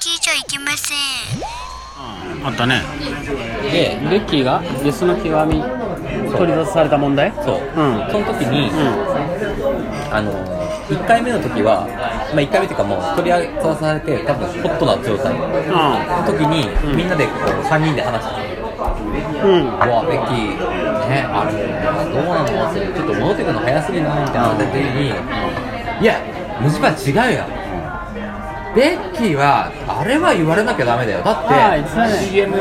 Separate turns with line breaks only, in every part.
きじゃいけません
あったね
で
レッキーがゲスの極み取り出された問題
そう、
ん
その時に、あの1回目の時は、まあ、1回目っていうかもう取り上げさされて多分ホットな状態の
う
時に、みんなでこう3人で話して
んうん
うわベッキーねあれどうなのってちょっと戻ってくるの早すぎないみたいな話した時にいやムジパン違うよベッキーはあれは言われなきゃダメだよだ
あー言ってたね
って CM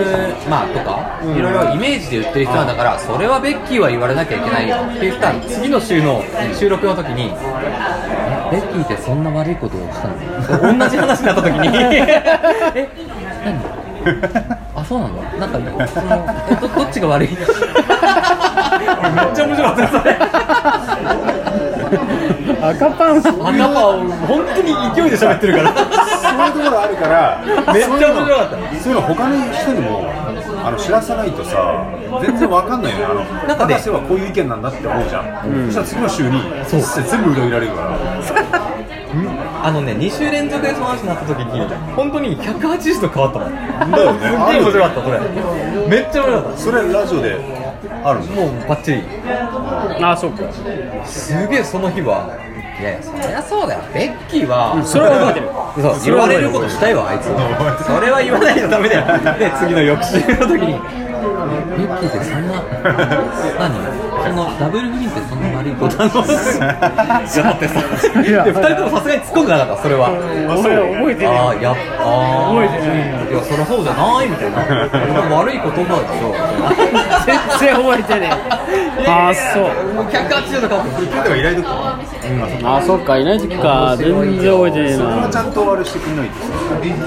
まあとか
うん
いろいろイメージで言ってる人なんだからそれはベッキーは言われなきゃいけないよって言ったら次の週の収録の時にえベッキーってそんな悪いことをした の同じ話になった時にえ何あそうなのなんかねそのえどどっちが悪い俺めっちゃ面白かったそれ
赤パン
あなた本当に勢いで喋ってるから
そういうところあるから
めっちゃ面白かった
そういうのそういうの他の人にもあの知らさないとさ全然わかんないよねあの
なんかね
博士はこういう意見なんだって思うじゃん、そしたら次の週に全部裏切られるから
あのね2週連続でその話になった時に本当に180度変わったもん
だよね
すっげえ面白かったこれめっちゃ面白かっ
それラジオである
たも
の
うバッチリ
あそうか
すげえその日はいやいやそりゃそうだよベッキーは、
それは覚えてる
そう言われることしたいわあいつそれは言わないとダメだよで次の翌週の時にベッキーってそんな何そのダブルグリーンってそんな悪いことなのだってさ
いや
で2人ともさすがに突っ込んでなかったそれは
俺覚えて
あ
ね
あやっあ
覚えてない
いやそりゃそうじゃないみたいな悪い言葉でしょ
全然覚えてねえああそう
もう180度かも
聞いてはいないとか
ああそうかいない時か全然覚えてねえ
それはち
な
ゃんとあれしてくれないとさ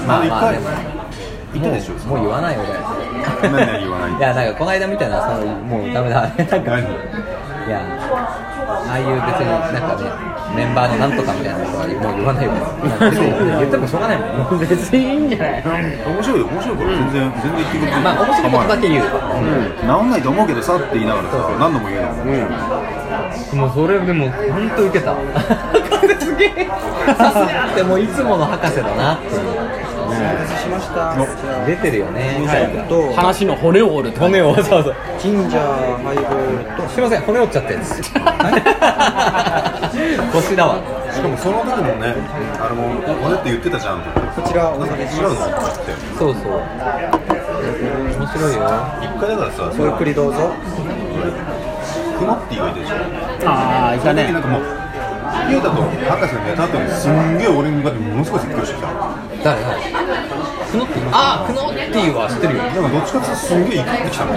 まあ
一
まあで
回
も
言ったでしょ
もう言わない俺
何々言わない
いやなんかこの間みたいなそのもうダメ だなんかい
何
やああいう別になんかねメンバーのなんとかみたいなことはもう言わないよ別に 言ってもしょうがないもん
別にいいんじゃない
面白いよ面白いから全然、全然言ってくれない
まあ面白いことだけ言う
治んないと思うけどさって言いながらさ何度も言うのも、
もうそれでもほんとウケ た すげえさすがってもういつもの博士だなっていう
しましたじゃあ
出てるよね、
と
話の骨を折るって
骨をわざわざ
ジンジャーハイボールと
すいません骨折っちゃ ってるんです腰だわ
しかもその時もねあれも「俺って言ってたじゃん」
こちらお
なんか
願いし
違
ま
うの
す
とかって
そうそう面白いよ
一回だからさ
ごゆっくりどうぞ
クマッティがいたでしょ
ああいた
でな
ね
んかもうユータと博士のネタ後にすんげえ俺に向かってものすごい説教してきたなん
誰
か
誰クノッティああクノッティは知ってるよ
どっちかっていうとすんげえ怒ってきたの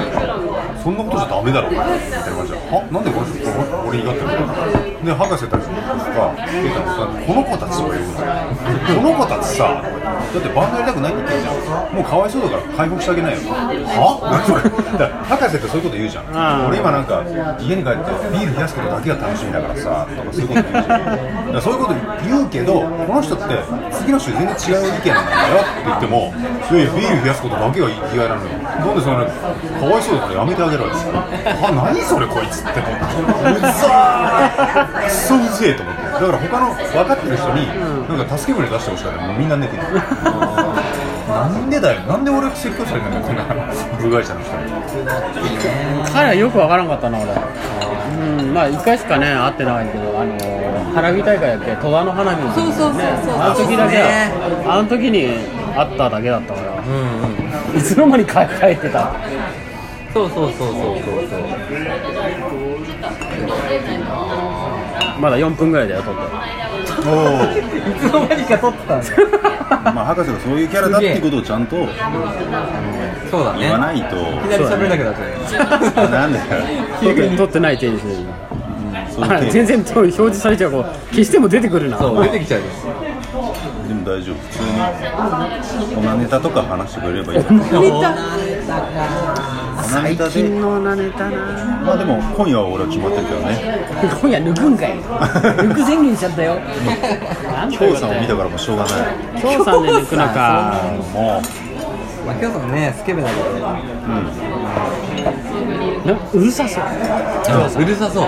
そんなことじゃダメだろみたいな感じで「はなんでこの人俺に怒ってるの?」で博士たちがユータもさ「この子たち」を呼ぶんだよこの子たちさだってバンドやりたくないって言ってるじゃんもうかわいそうだから解放してあげないよはなんそれだから博士ってそういうこと言うじゃん、
うん
俺今なんか家に帰ってビール冷やすことだけが楽しみだからさとかそういうこと言うじゃんだからそういうこと言うけどこの人って次の週全然違う意見なんだよって言ってもいやいやビール冷やすことだけが生きがいなのよなんでそんなかわいそうだからやめてあげろよあ何それこいつってうざーくそううぜえと思ってだから他の分かってる人になんか助け舟出してほしかったもうみんな寝てるなんでだよなんで俺説教されたのこんな部外者の人に
彼はよくわからんかったな俺うんまあ1回しかね会ってないけどあのー花火大会だっけ戸田の花火の時
そうそうそうそう
あの時だけ
ね
あの時に会っただけだったから
うんうん
いつの間に帰ってた
そうそうそうそうそうそう
まだ4分ぐらいだよ撮 って
お
いつの間にか撮ってたんだ
おまあ博士がそういうキャラだっていうことをちゃんと
そうだね
言わないと
いきなり喋れなくなっちゃう
なんだよ
撮って撮ってない手にする
そう
あ
い う
全
系
然と表示されちゃうこう消しても出てくるな
そう出てきちゃうよ
でも大丈夫普通にこんなネタとか話してくれればいい最近のなネタなまあでも今夜は俺は決まってるけどね
今夜抜くんかい抜く宣言しちゃったよ
京さんを見たからもうしょうがない
今日さんで抜くのか
もう
まあ、今日さんね、スケベだけど、
なうるさそう
うるさそう。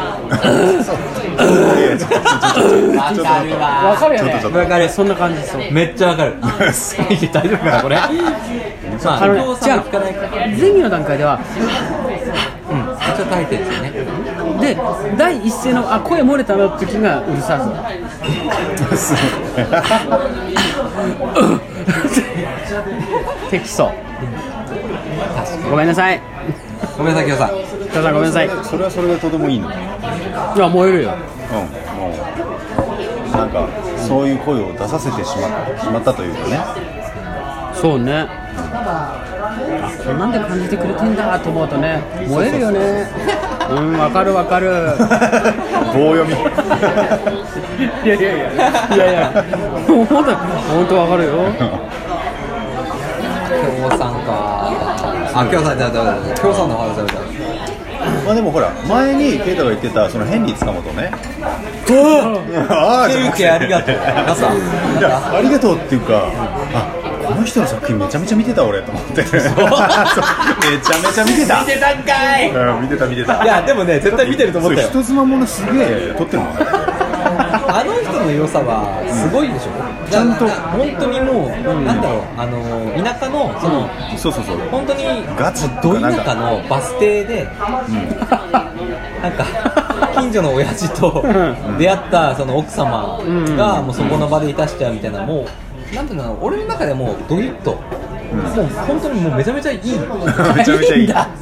わかる
わ
わ。
かるよね
ちょっとちょっと
わかるそんな感じそう
めっちゃわかる。 大丈夫かな、これ。まあ、
あのね
今日さんは聞かないから。うん、
ゼミの段階では
一応耐えてるんですよね。
で第一声のあ声漏れたな時がうるさそう適そうごめんなさい
ごめんなさい、今日さん。
ただごめんなさいい
それはそれでとてもいいのうん
や燃えるよ
もうなんかそういう声を出させてしましまったというかね
そうねあこんなんで感じてくれてんだと思うとね燃えるよねうんわかるわかる
棒読み
いやいやいやいやいや 本当本当わかるよ
今日さんか。あ、今日さん、じゃあ、だめだ。今日さんの話だめだ。
まあでもほら前に啓太が言ってたそのヘンリー塚本ねああじゃなくて
ケありがとう。皆さん。
いやありがとうっていうかあこの人の作品めちゃめちゃ見てた俺と思って そうめちゃめちゃ見てた
てたんかい。
うん見てた見てた
いや、でもね、絶対見てると思ったよ
そ。れ人妻ものすげえ撮ってるもんね
あの人の良さはすごいでしょ、ちゃんと本当にもう、なんだろう、あの田舎の、その、
そうそうそう
本当に
ガチ
ど
なんか
田舎のバス停で、なんか、近所の親父と出会ったその奥様が、もうそこの場でいたしちゃうみたいな、もう、なんていうのかな、俺の中でもう、ドリッと、もう本当にもうめちゃめちゃいい、
めちゃめちゃいい
んだ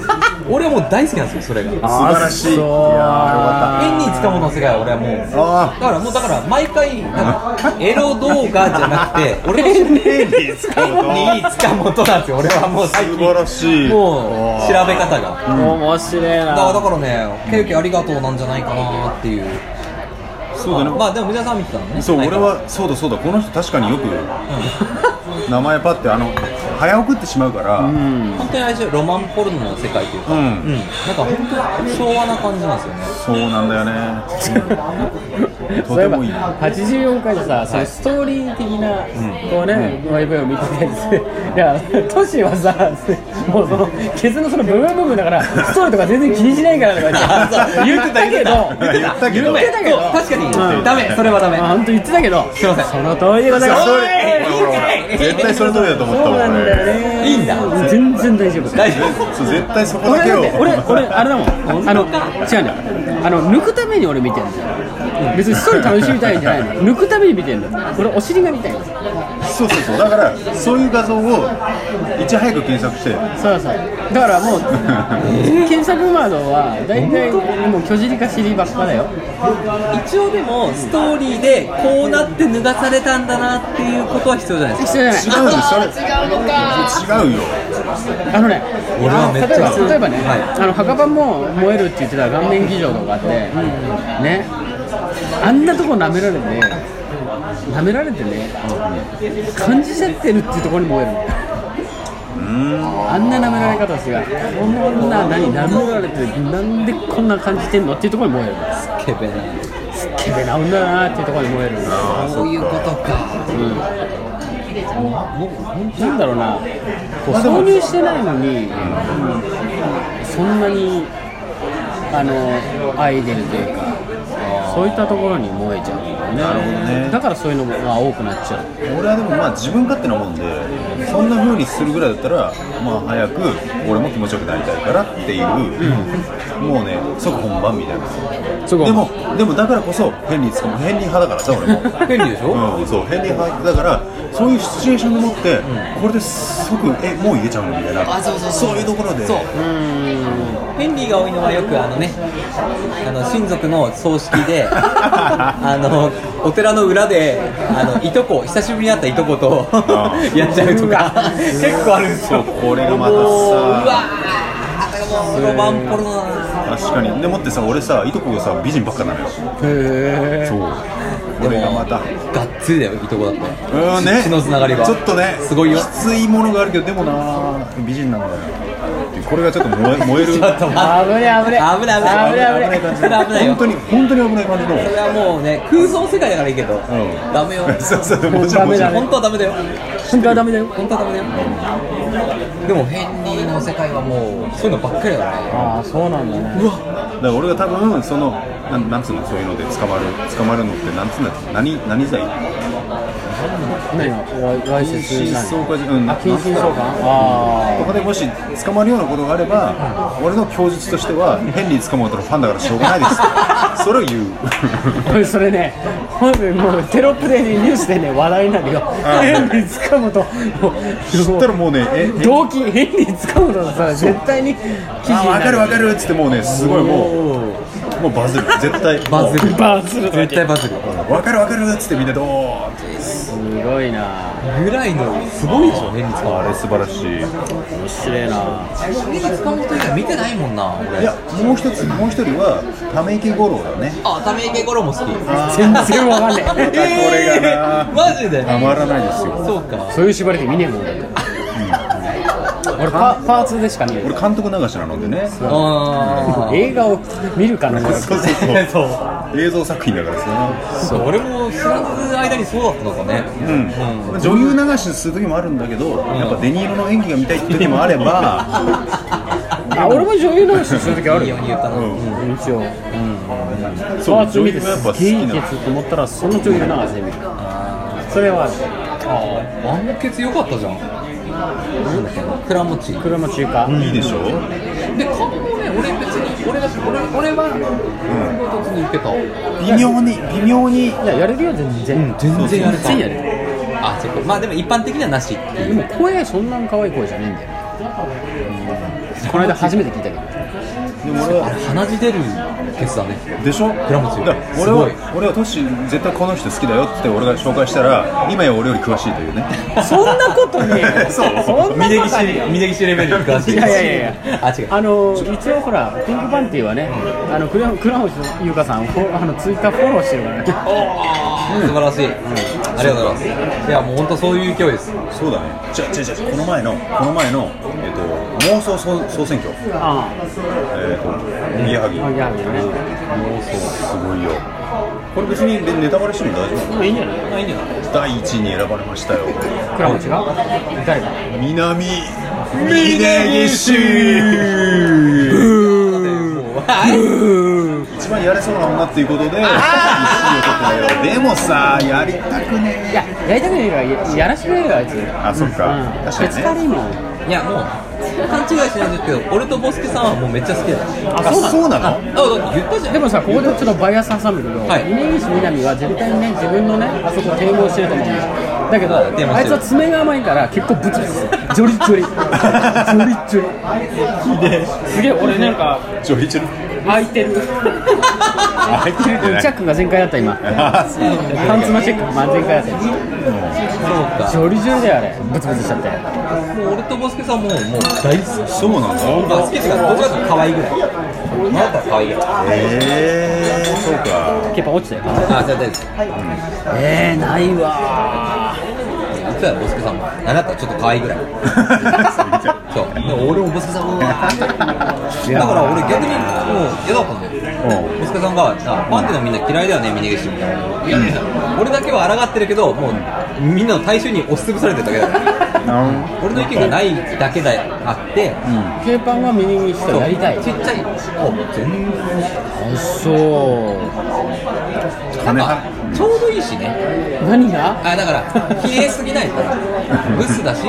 俺はもう大好きなんですよ、それが。
素晴らしいいやーよか
演に塚本の世界は俺はもう
あー
だからもうだから毎回なんかエロ動画じゃなくて 俺の演
ったヘンリー塚
に塚本なんですよ俺はもう最
素
近
晴らしい
もう調べ方が
面白い
だからだ
な
からねケーキありがとうなんじゃないかなっていう
そうだね
まあでも藤田さんは見てたのね
そう
ない
俺
から
はそうだそうだこの人確かによく名前パってあの早送ってしまうからうん
本当にあれでしょロマンポルノの世界というかうんなんか本当に昭和な感じなんですよね
そうなんだよね
そう
と
い
て
えば
もいい
84回でさ、そのストーリー的な、こうね、ワイブを見てたりして、いや、トシはさ、もうその、ケツのその部分部分だから、ストーリーとか全然気にしないからとか言って言ってたけど、
言ったけど
言ってたけど
そう確かに、
うん
ダメそれはダメ
あ本当言ってたけど、
すいません
その通りでございます。
そ
い
れ
いかい
俺俺絶対それ通りだと思った
そ
も
うなんんだよ
俺
ね。
いいんだ
全然大丈夫。
大丈夫
そう絶対そこだ
俺
け
だっ
を
て俺俺あれだもんあの違うんだよあの抜くために俺見てるんだよ別にストーリー楽しみたいんじゃないの抜くために見てるんだよ俺お尻が見たいんだよ
そうそうそうだからそういう画像をいち早く検索して
そうそうだからもう検索ワードは大体もう巨尻か尻ばっかだよ
一応でもストーリーでこうなって脱がされたんだなっていうことは必要じゃないですか
必要じ
違
ゃ
うよそれ違うよ
ないあのね
俺はめっちゃ
あの例えば例えばね、
はい
あの墓場も燃えるって言ってた顔面技場とかあって、ねあんなとこ舐められて舐められてね感じちゃってるっていうところに燃えるのあんな舐められ方してがこんな何舐められてなんでこんな感じてんのっていうところに燃える
スケベな
ケベな女だなっていうところに燃える
そういうことか
なんだろうな、こう挿入してないのに、そんなにあのアイデルというか、そういったところに燃えちゃうんだよ
なるほどね
だからそういうのが多くなっちゃう。
俺はでもまあ自分勝手なもんでそんな風にするぐらいだったらまあ早く俺も気持ちよくなりたいからっていう、もうね即本番みたいな
そ
でもでもだからこそヘンリーつかもヘンリー派だからさ俺 も
便利でしょ、
うん、そうヘンリー派だからそういうシチュエーションでもって、これで即えもう言えちゃうのみたいな
あそうそうそう
いうところで
そうヘンリーが多いのはよくあのねあの親族の葬式で あのお寺の裏であのいとこ久しぶりに会ったいとこと
ー
やっちゃうとか結構あるんです
そう
よ
これがまた
もううわ
さ
ーもうロマンポロだな
確かにでもってさ俺さいとこがさ美人ばっかなのよ
へ
そうこれがまた
がっつりだよいとこだったら
うんね
血のつながりは
ちょっとね
すごいよ
きついものがあるけどでもな美人なんだよっていうこれがちょっと燃え燃える
ちょっと待
危ね危ね
危ない危ない
危ね危ね
それ危ないよ
本当に本当に危ない感じ の
ってそれはもうね空想世界だからいいけど、ダメよ
そうそうもちろんもちろ
ダ
ん
メ
本当はダメだよ
本当はダメだよ
本当はダメだよでもヘンリーの世界はもうそういうのばっかりだからね
ああそうなんだね
うわ
だから俺が多分そのなんなんつうのそういうので捕まる捕まるのってなんつうんだっけ何何罪
何がわいせつ
禁止
何
相関うん
あ禁止相関
こ
あ
こでもし捕まるようなことがあれば、俺の供述としては、ヘンリー捕まったらファンだからしょうがない です、それを言う、
あこれそれね本当にもうテロップでねニュースでね話題になるよヘ ンリー塚本
そしたらもうね、 ええ
同期ヘンリー塚本のさ絶対に記事
あ
にな
分かる分かるっつって、もうね、すごいもう、もうバズる、絶対、
バズる
バズる
絶対バズる
分かる分かるっつって、みんな、どーンって、
すごいな
ぐらいのすごいでしょヘンリー使う
あれ、素晴らしい、い
面白いな
ヘンリー使う人以外見てないもんな俺
や、もう一つ、もう一人は、ため池五郎だね、
あため池五郎も好き
全然わかんねえ
またこれがな
マジで
たまらないですよ、
そうか
そういう縛りで見ねえもんだって俺パパーツでしか見ない
俺、監督流しなのでね、そう
あ
映画を見るかな
そうそう、映像作品だからさ、
あ俺も知らず間にそうだったのかね
うん、女優流しする時もあるんだけど、やっぱデニーロの演技が見たいって時もあれば、
あ俺も女優の話するときあ
い
る
いよ
よ
うに言ったな、
う
うん
一応
そ
パ
う、
ーツ
女
見
優
て
がやっぱ好
す
き
げえ
な
やつと思ったらその女優の話で見るそれはある
ああ満血良かったじゃんなんだっけな倉持ち
これも中華
いいでしょ、
で顔もね俺別に俺だし俺俺は唐突に言ってた
微妙に、微妙に、
いややれるよ全然
全然やれた
全然やれ
あそっかまあでも一般的にはなしって
で
いう
も声そんなん可愛い声じゃねえんだよねこの間初めて聞いたけど
でも俺
あれ鼻
は、
血出るケツだね
でしょ、
倉持
だから俺
す
は、俺はトシ、絶対この人好きだよって俺が紹介したら、今や俺より詳しいというね、
そんなことね えよ
そう
そんな
峯
こと
岸
ねえよ
峯岸レベルに詳しい
いやいやいやいや
あ違う
あの一応ほらピンクパンティはね、あの倉倉星優香さんをフォあのツイッターフォローしてるからね
素晴らしい、ありがとうございますいやもう本当そういう勢いです
そうだね、じゃじゃじゃこの前の、この前の、えっと、妄想総総選挙、
あ
えっと、おぎやはぎ、
あいやいやね
すごいよ、これ別にねネタバレしても大丈
もういいんじゃない
あいいんじゃない
夫、第1位に選ばれましたよ。
倉星が誰か
南峯岸
もうあれ
一番やれそうな女っていうことで1位を取ってたよでもさやりたくね
いややりたくねえからややらしてくれよあいつ
あそっか
うん
確
別
か
から
にね
いいもん
いやもう勘違いしないんですけど俺とボスケさんはもうめっちゃ好きだし
あそうなの
あ言ったじゃん
でもさここでちょっとバイアス挟むけど
はい
峯岸みなみは絶対にね自分のねあそこ堤防してると思うんですよだけど
堤防してる
あいつは爪が甘いから結構ブツブツジョリ ジョリジョリジョリすげえ俺なんか
ちょいちょい
開いてる
入ってるんじゃな
チャッ
い
クが全開だった今
あそう
パンツのチェックが全開だったジ
そう
ョリジョリだよあれブツブツしちゃって
かもう俺とボスケさんもうもう大好き
そうなんだ
好きっていうかどちらかというと可愛いぐらいあなたは可愛いぐらい
えー、そうか
やっぱ落ちたよ
あじゃあ大丈夫です
えーないわ
実はボスケさんもあなたはちょっと可愛いぐらいそうでも俺もボスケさんもうわーだから俺逆にもう嫌だったんだよボスケさんがあ「パンテのみんな嫌いだよね峯岸」みたいな嫌だよ俺だけは抗ってるけどもうみんなの大衆に押しつぶされてるだけだから
な
俺の意見がないだけであって、
K パンは右にして
そう
やりたい
ちっちゃい子も全然
あそう
金
あ
は
ちょうどいいしね
何が
あだから冷えすぎないからブスだし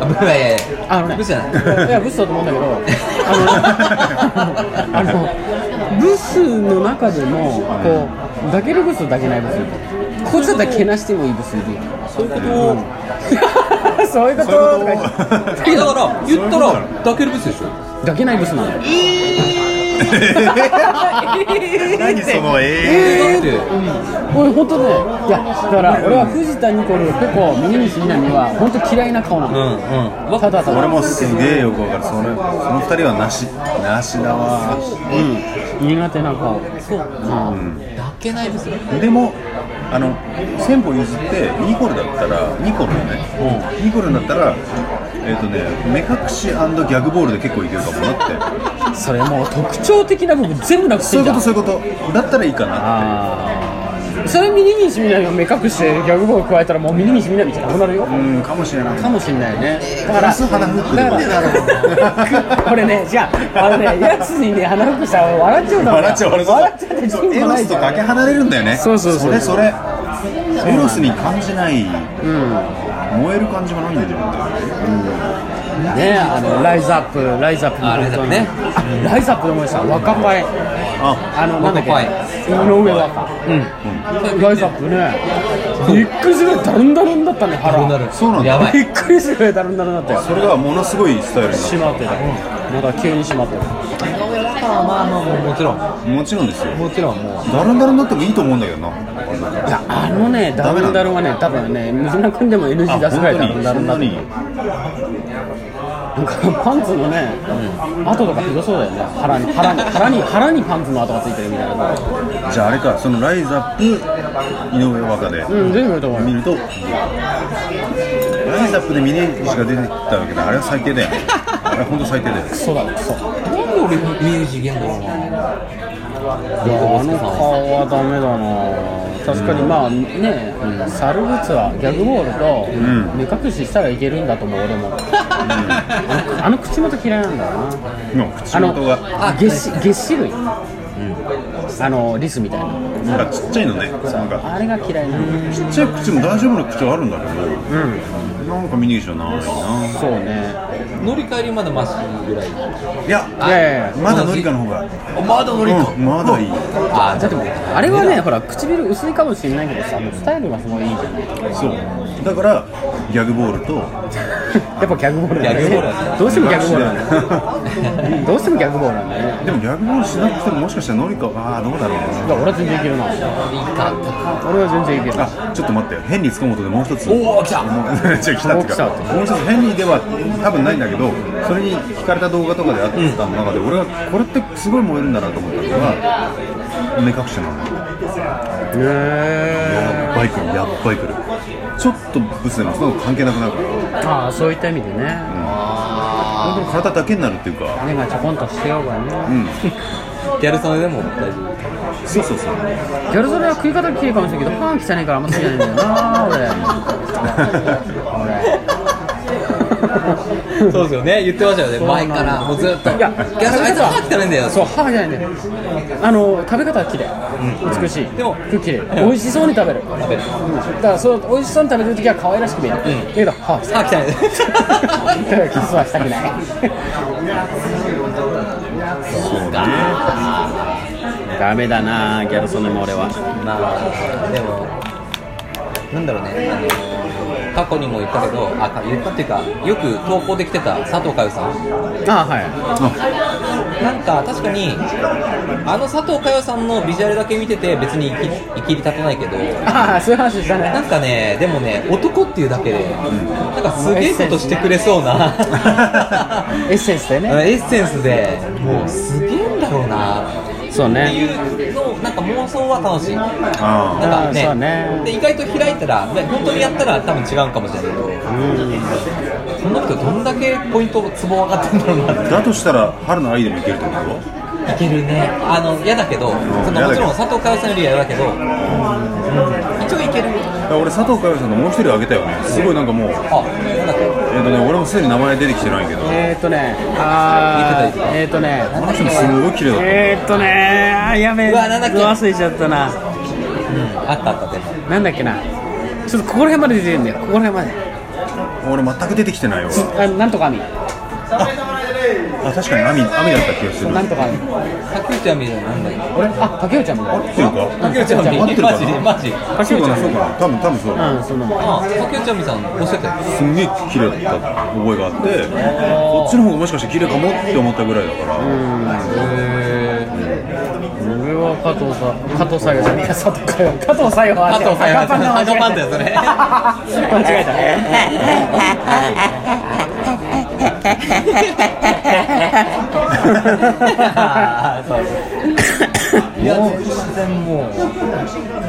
あブいやいやいや
あのね、
ブスじゃない
いや、ブスだと思うんだけど、あの、あのブスの中でも、こう、抱けるブスと抱けないブスみたいな。こっちだったらけなしてもいいブスいるやん。
そういうことを
そういうこと
そう
と
い
か
う
言
こ
っ
と
て
えだから言った
そういうことな
ら抱けるブスでしょ
抱けないブスなのよ。
何そのええ
えー、俺本当ねいやだから俺は藤田ニコルペコ峯岸みなみは本当嫌いな顔な
う
の、
んうん
ただただ
俺もすげえよくわかるそれその二人はなしなしだわ
苦手な顔そう、うん、
抱けないですよ
でもあの先歩譲ってニコルだったらニコルだね、ニコルだったらえっ、とね目隠しギャグボールで結構いけるかもなって
それもう特徴的な部分全部なく
そ
す
うんいう
じ
こ
ゃ
と
ん
そういうことだったらいいかなって
それ峯岸みなみを目隠してギャグボール加えたらもう峯岸みなみじゃなくなるよ、
うんかもしれない
かもしれないねだか
プ
ら
ラス鼻フックでも
だからこれねじゃああのねやつにね鼻服したら笑っちゃうだろ
笑っちゃう笑っちゃう
笑っちゃって人
エ
も
ロ
ない
ス
じ
と
ゃ
か
ん
け離れるんだよね
そうそうそう
れそれエロスに感じな
うん
い燃える感じもないんだよ自分って
ねあのライズアップライズアップ
あライズアップね
あライズアップで思い出した若パイ
あ
あのなんだっけ
若パイ
井上若うんライズアップねびっくりするぐらいダルンダルンだったね
どうな
腹
る
そうなんだ
やば
び
い
っくりするぐらいダルンダルンだったよ
それがものすごいスタイルになっ
閉まってたまだ急に閉まってた
まあまあまあもうもちろん
たもちろんですよ
もちろんも
ダルンダルンだってもいいと思うんだけどない
やあのねダ
ダメ
ル
な
ン
んだ
ダルンはね多分ね水野君でも NG 出すぐらいダルンダルンだったなんかパンツのね、跡とかひどそうだよね腹に腹に腹に腹にパンツの跡がついてるみたいな
じゃああれかそのライズアップ井上和歌で
うん全部言うと思うよ
見るとライズアップで峰岸が出てきたわけだあれは最低だよねあれは本当最低だよ
クソだクソ
うなんで俺ミュージゲンだろうない
やあの顔はダメだな確かにまあね、猿グッズはギャグボールと目隠ししたらいけるんだと思う俺も、あのあの口元嫌いなんだよな
もう口
あの
元が
げっしげっ歯類、あのリスみたいな
なんかちっちゃいのねなんか
あれが嫌いなの
ちっちゃい口も大丈夫な口はあるんだけど、なんか峰岸はないな
そうね
乗り換えりまだマシぐらい
いや
いやいや
まだのりかの方が
まだ乗り
うんまだいい
あ
だって
じゃ
もうあれはねほら唇薄いかもしれないけどさもうスタイルがすごいいいじゃない
そうだからギャグボールと
やっぱギャグボールなんだ
ギャグボール
ね
なんだ
どうしてもギャグボールなんだねどうしてもギャグボールなんだね
でもギャグボールしなくてももしかしたらのりかああどうだろう
いや俺は全然いけるな俺
あいい
は
か
全然いける
なちょっと待ってヘンリー塚本でもう一つ
おお来た
もう 違う来たっていう
お来
かもう一つヘンリーでは多分ないんだけどそれに聞かれた動画とかであった中で、俺はこれってすごい燃えるんだなと思ったのが目隠しなの
へ
やっばいくるやっばいくるちょっとブスでもその関係なくなるから
ーああそういった意味でね
本当に体だけになるっていうか
目がちょこんとしてようがね
ギャル曽根でも大丈夫
そう そうそう
ギャル曽根は食い方綺麗かもしれないけどパン汚いからあんま好きじゃないんだよな俺
そうですよね言ってましたよね前からもうずっと
いや
ギャル曽根あいつ歯汚いんだよ
そう歯じゃないんだよあの食べ方は綺麗美しい
でも
服綺麗美味しそうに食べる
食べ
だ
る
からそう美味しそうに食べてる時は可愛らしく見える
ん
だけど歯は汚い
歯汚い
だからキスはしたくないダメだなギャル曽根も俺は
まあでもなんだろうねあの過去にも言ったけどあか言ったっていうかよく投稿できてた佐藤佳代さん
あは
なんか確かにあの佐藤佳代さんのビジュアルだけ見てて別に生き生きり立たないけど
いああそういう話したね
なんかねでもね男っていうだけでなんかすげえことしてくれそうな
エッセンスでね
エッセンスでもうすげえんだろうな
そう
って
ね
いうのをなんか妄想は楽しい
あ
なんか
あーそ
ね
うね
で意外と開いたら、ね本当にやったら多分違うかもしれないけど、この人どんだけポイントツボ分かってんだろうなっ
あだとしたら春の愛でもいけるってこと
ていけるねあの嫌だけど、その
嫌だけど
もちろん佐藤佳代さんよりは嫌だけど、一応いける
俺佐藤佳代さんのもう一人あげたよねすごいなんかもうえっ、
あなんだっけ
とね俺もすでに名前出てきてないけど
えーっとねあ
見てた
ーえーっとね
あの人もすごい綺麗だった
えーっとねあーやべえ
うわなんだっけ
忘れちゃったな
あったあったでも
なんだっけなちょっとここら辺まで出てるんだよここら辺まで
俺全く出てきてないよ
あなんとかみ
あ確かに網網だった気がする
なんとか
竹内亜美じゃなんだっけ
俺あ竹内ちゃんも
合ってるか
竹内亜
合って
美
るか
マジでマジ
そうかなそうかな多分多分そうだ
うんその
あ竹内亜美さんおっしゃってたよ
すんげえ綺麗だった覚えがあってこっちの方がもしかして綺麗かもって思ったぐらいだから
俺は加藤さん加藤さんよいや佐藤かよ加藤さんよ
加藤さんやハドパンだよそ れ
間違えた
そうそういや全然もう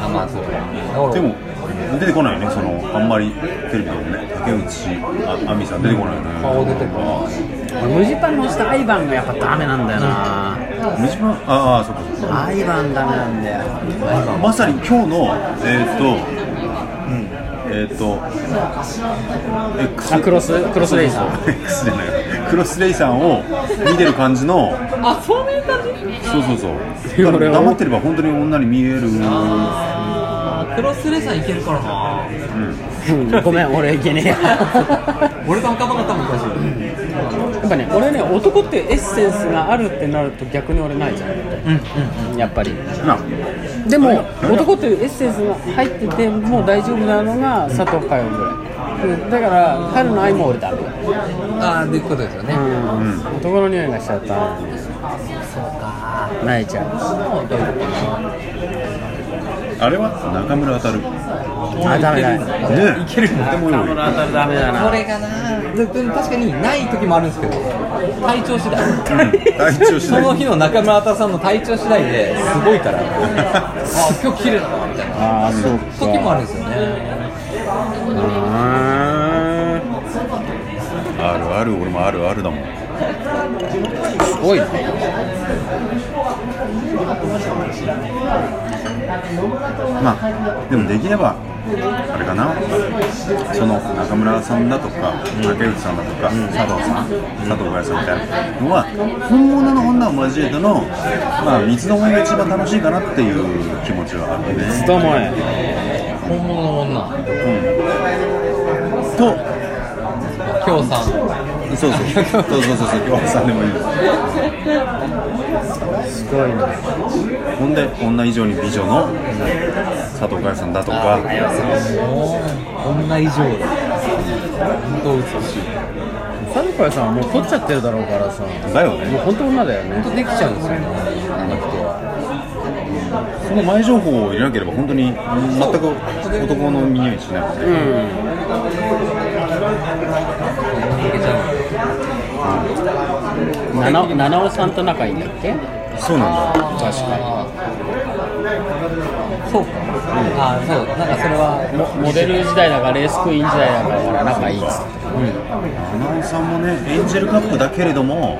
あまあそう
でも出てこないよねそのあんまりテレビでもね竹内あ亜美さん出てこないよね
顔出てくる
俺無地パンの下アイバンがやっぱダメなんだよな
三島ああそうかそうか
アイバンダメなんだよ
まさに今日のえーっ、と、えーっ、とえク
あクロスクロスレイさん
X じゃないクロスレイさんを見てる感じの
あそういう感じ
そうそうそう
いや俺は
黙ってれば本当に女に見える
あークロスレーサーいけるからな
ごめん俺いけねえや
俺と赤羽が多分おかしい
やっぱね俺ね男ってエッセンスがあるってなると逆に俺ないじゃんうんやっぱり
な
でも男っていうエッセンスが入っててもう大丈夫なのが佐藤かよぐらいうんだから春の愛も俺ダメ
ああでいうことですよね
うん、男の匂いがしちゃったそうか泣いちゃう
あれは中村当たるね
あダメだこ
いけるとても良い
ダメだな
これがなででも確かにない時もあるんですけど体調次第
体調次
その
第
日の中村あたさんの体調次第ですごいからあー今日綺麗だなみたいな
ああそうか
時もあるんですよね
う
あるある俺もあるあるだもん
ーんすごいな
まあでもできればあれかなその中村さんだとか竹内さんだとか、佐藤さん、佐藤小さんみたいなのは本物の女を交えてのまあ三つどもえが一番楽しいかなっていう気持ちはあるね
どうもえ
本物の女
と
京さん
そうそうそうそうそうそう今日さんでもいいです
すごいな
ほんで女以上に美女の佐藤小さんだとか
もう女以上だ本当美しい
サルカイさんはもう取っちゃってるだろうからさも
だよ
う
ね
本当女だよね
本当できちゃうんですよねあの人は
その前情報を入れなければ本当に全く男の匂いしないもんね
いけちゃうんで
七尾七尾さんと仲いいんだっけ
そうなん
確
だ
か
そうか、ああそうなんかそれは
モモデル時代だからレースクイーン時代だから仲いいっつって
アナウンサーもねエンジェルカップだけれども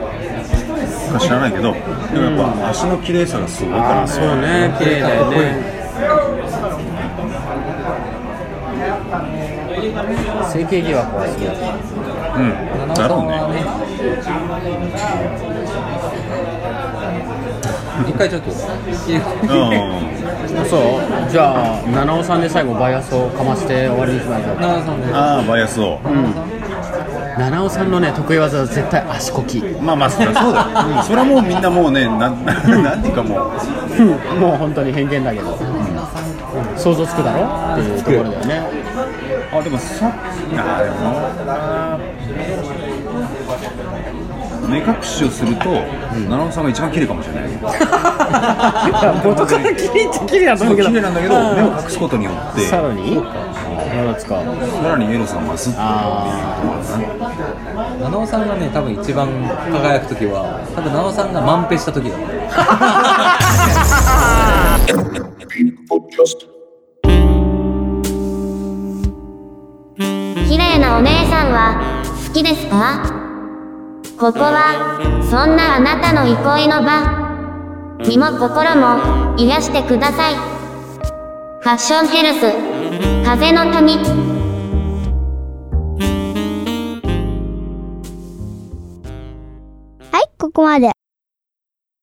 知らないけどでもやっぱ足の綺麗さがすごいからね
うね綺麗だよね整形疑惑は好きだった
うんだろうね
一回ちょっ と
うん
そうじゃあ七尾さんで最後バイアスをかまして終わりにしましょう
奈良さんで
ああバイアスを
七尾さんのね得意技は絶対足こきも
まあまあそりゃそうだようんそれはもうみんなもうねななんていうかもう
う本当に偏見だけど、想像つくだろっていうところだよね
あでもさあでもな目隠しをすると奈良尾さんが一番綺麗かもしれない
元から綺麗っちゃ綺麗だと
すごい綺麗なんだけど目を隠すことによって
さらに何ですか
さらにエロさが増すっていう
七尾さんがね多分一番輝く時は多分七尾さんが満ペした時だと思う
Podcast.
綺麗なお姉さんは好きですかここはそんなあなたの憩いの場身も心も癒してくださいファッションヘルス風の谷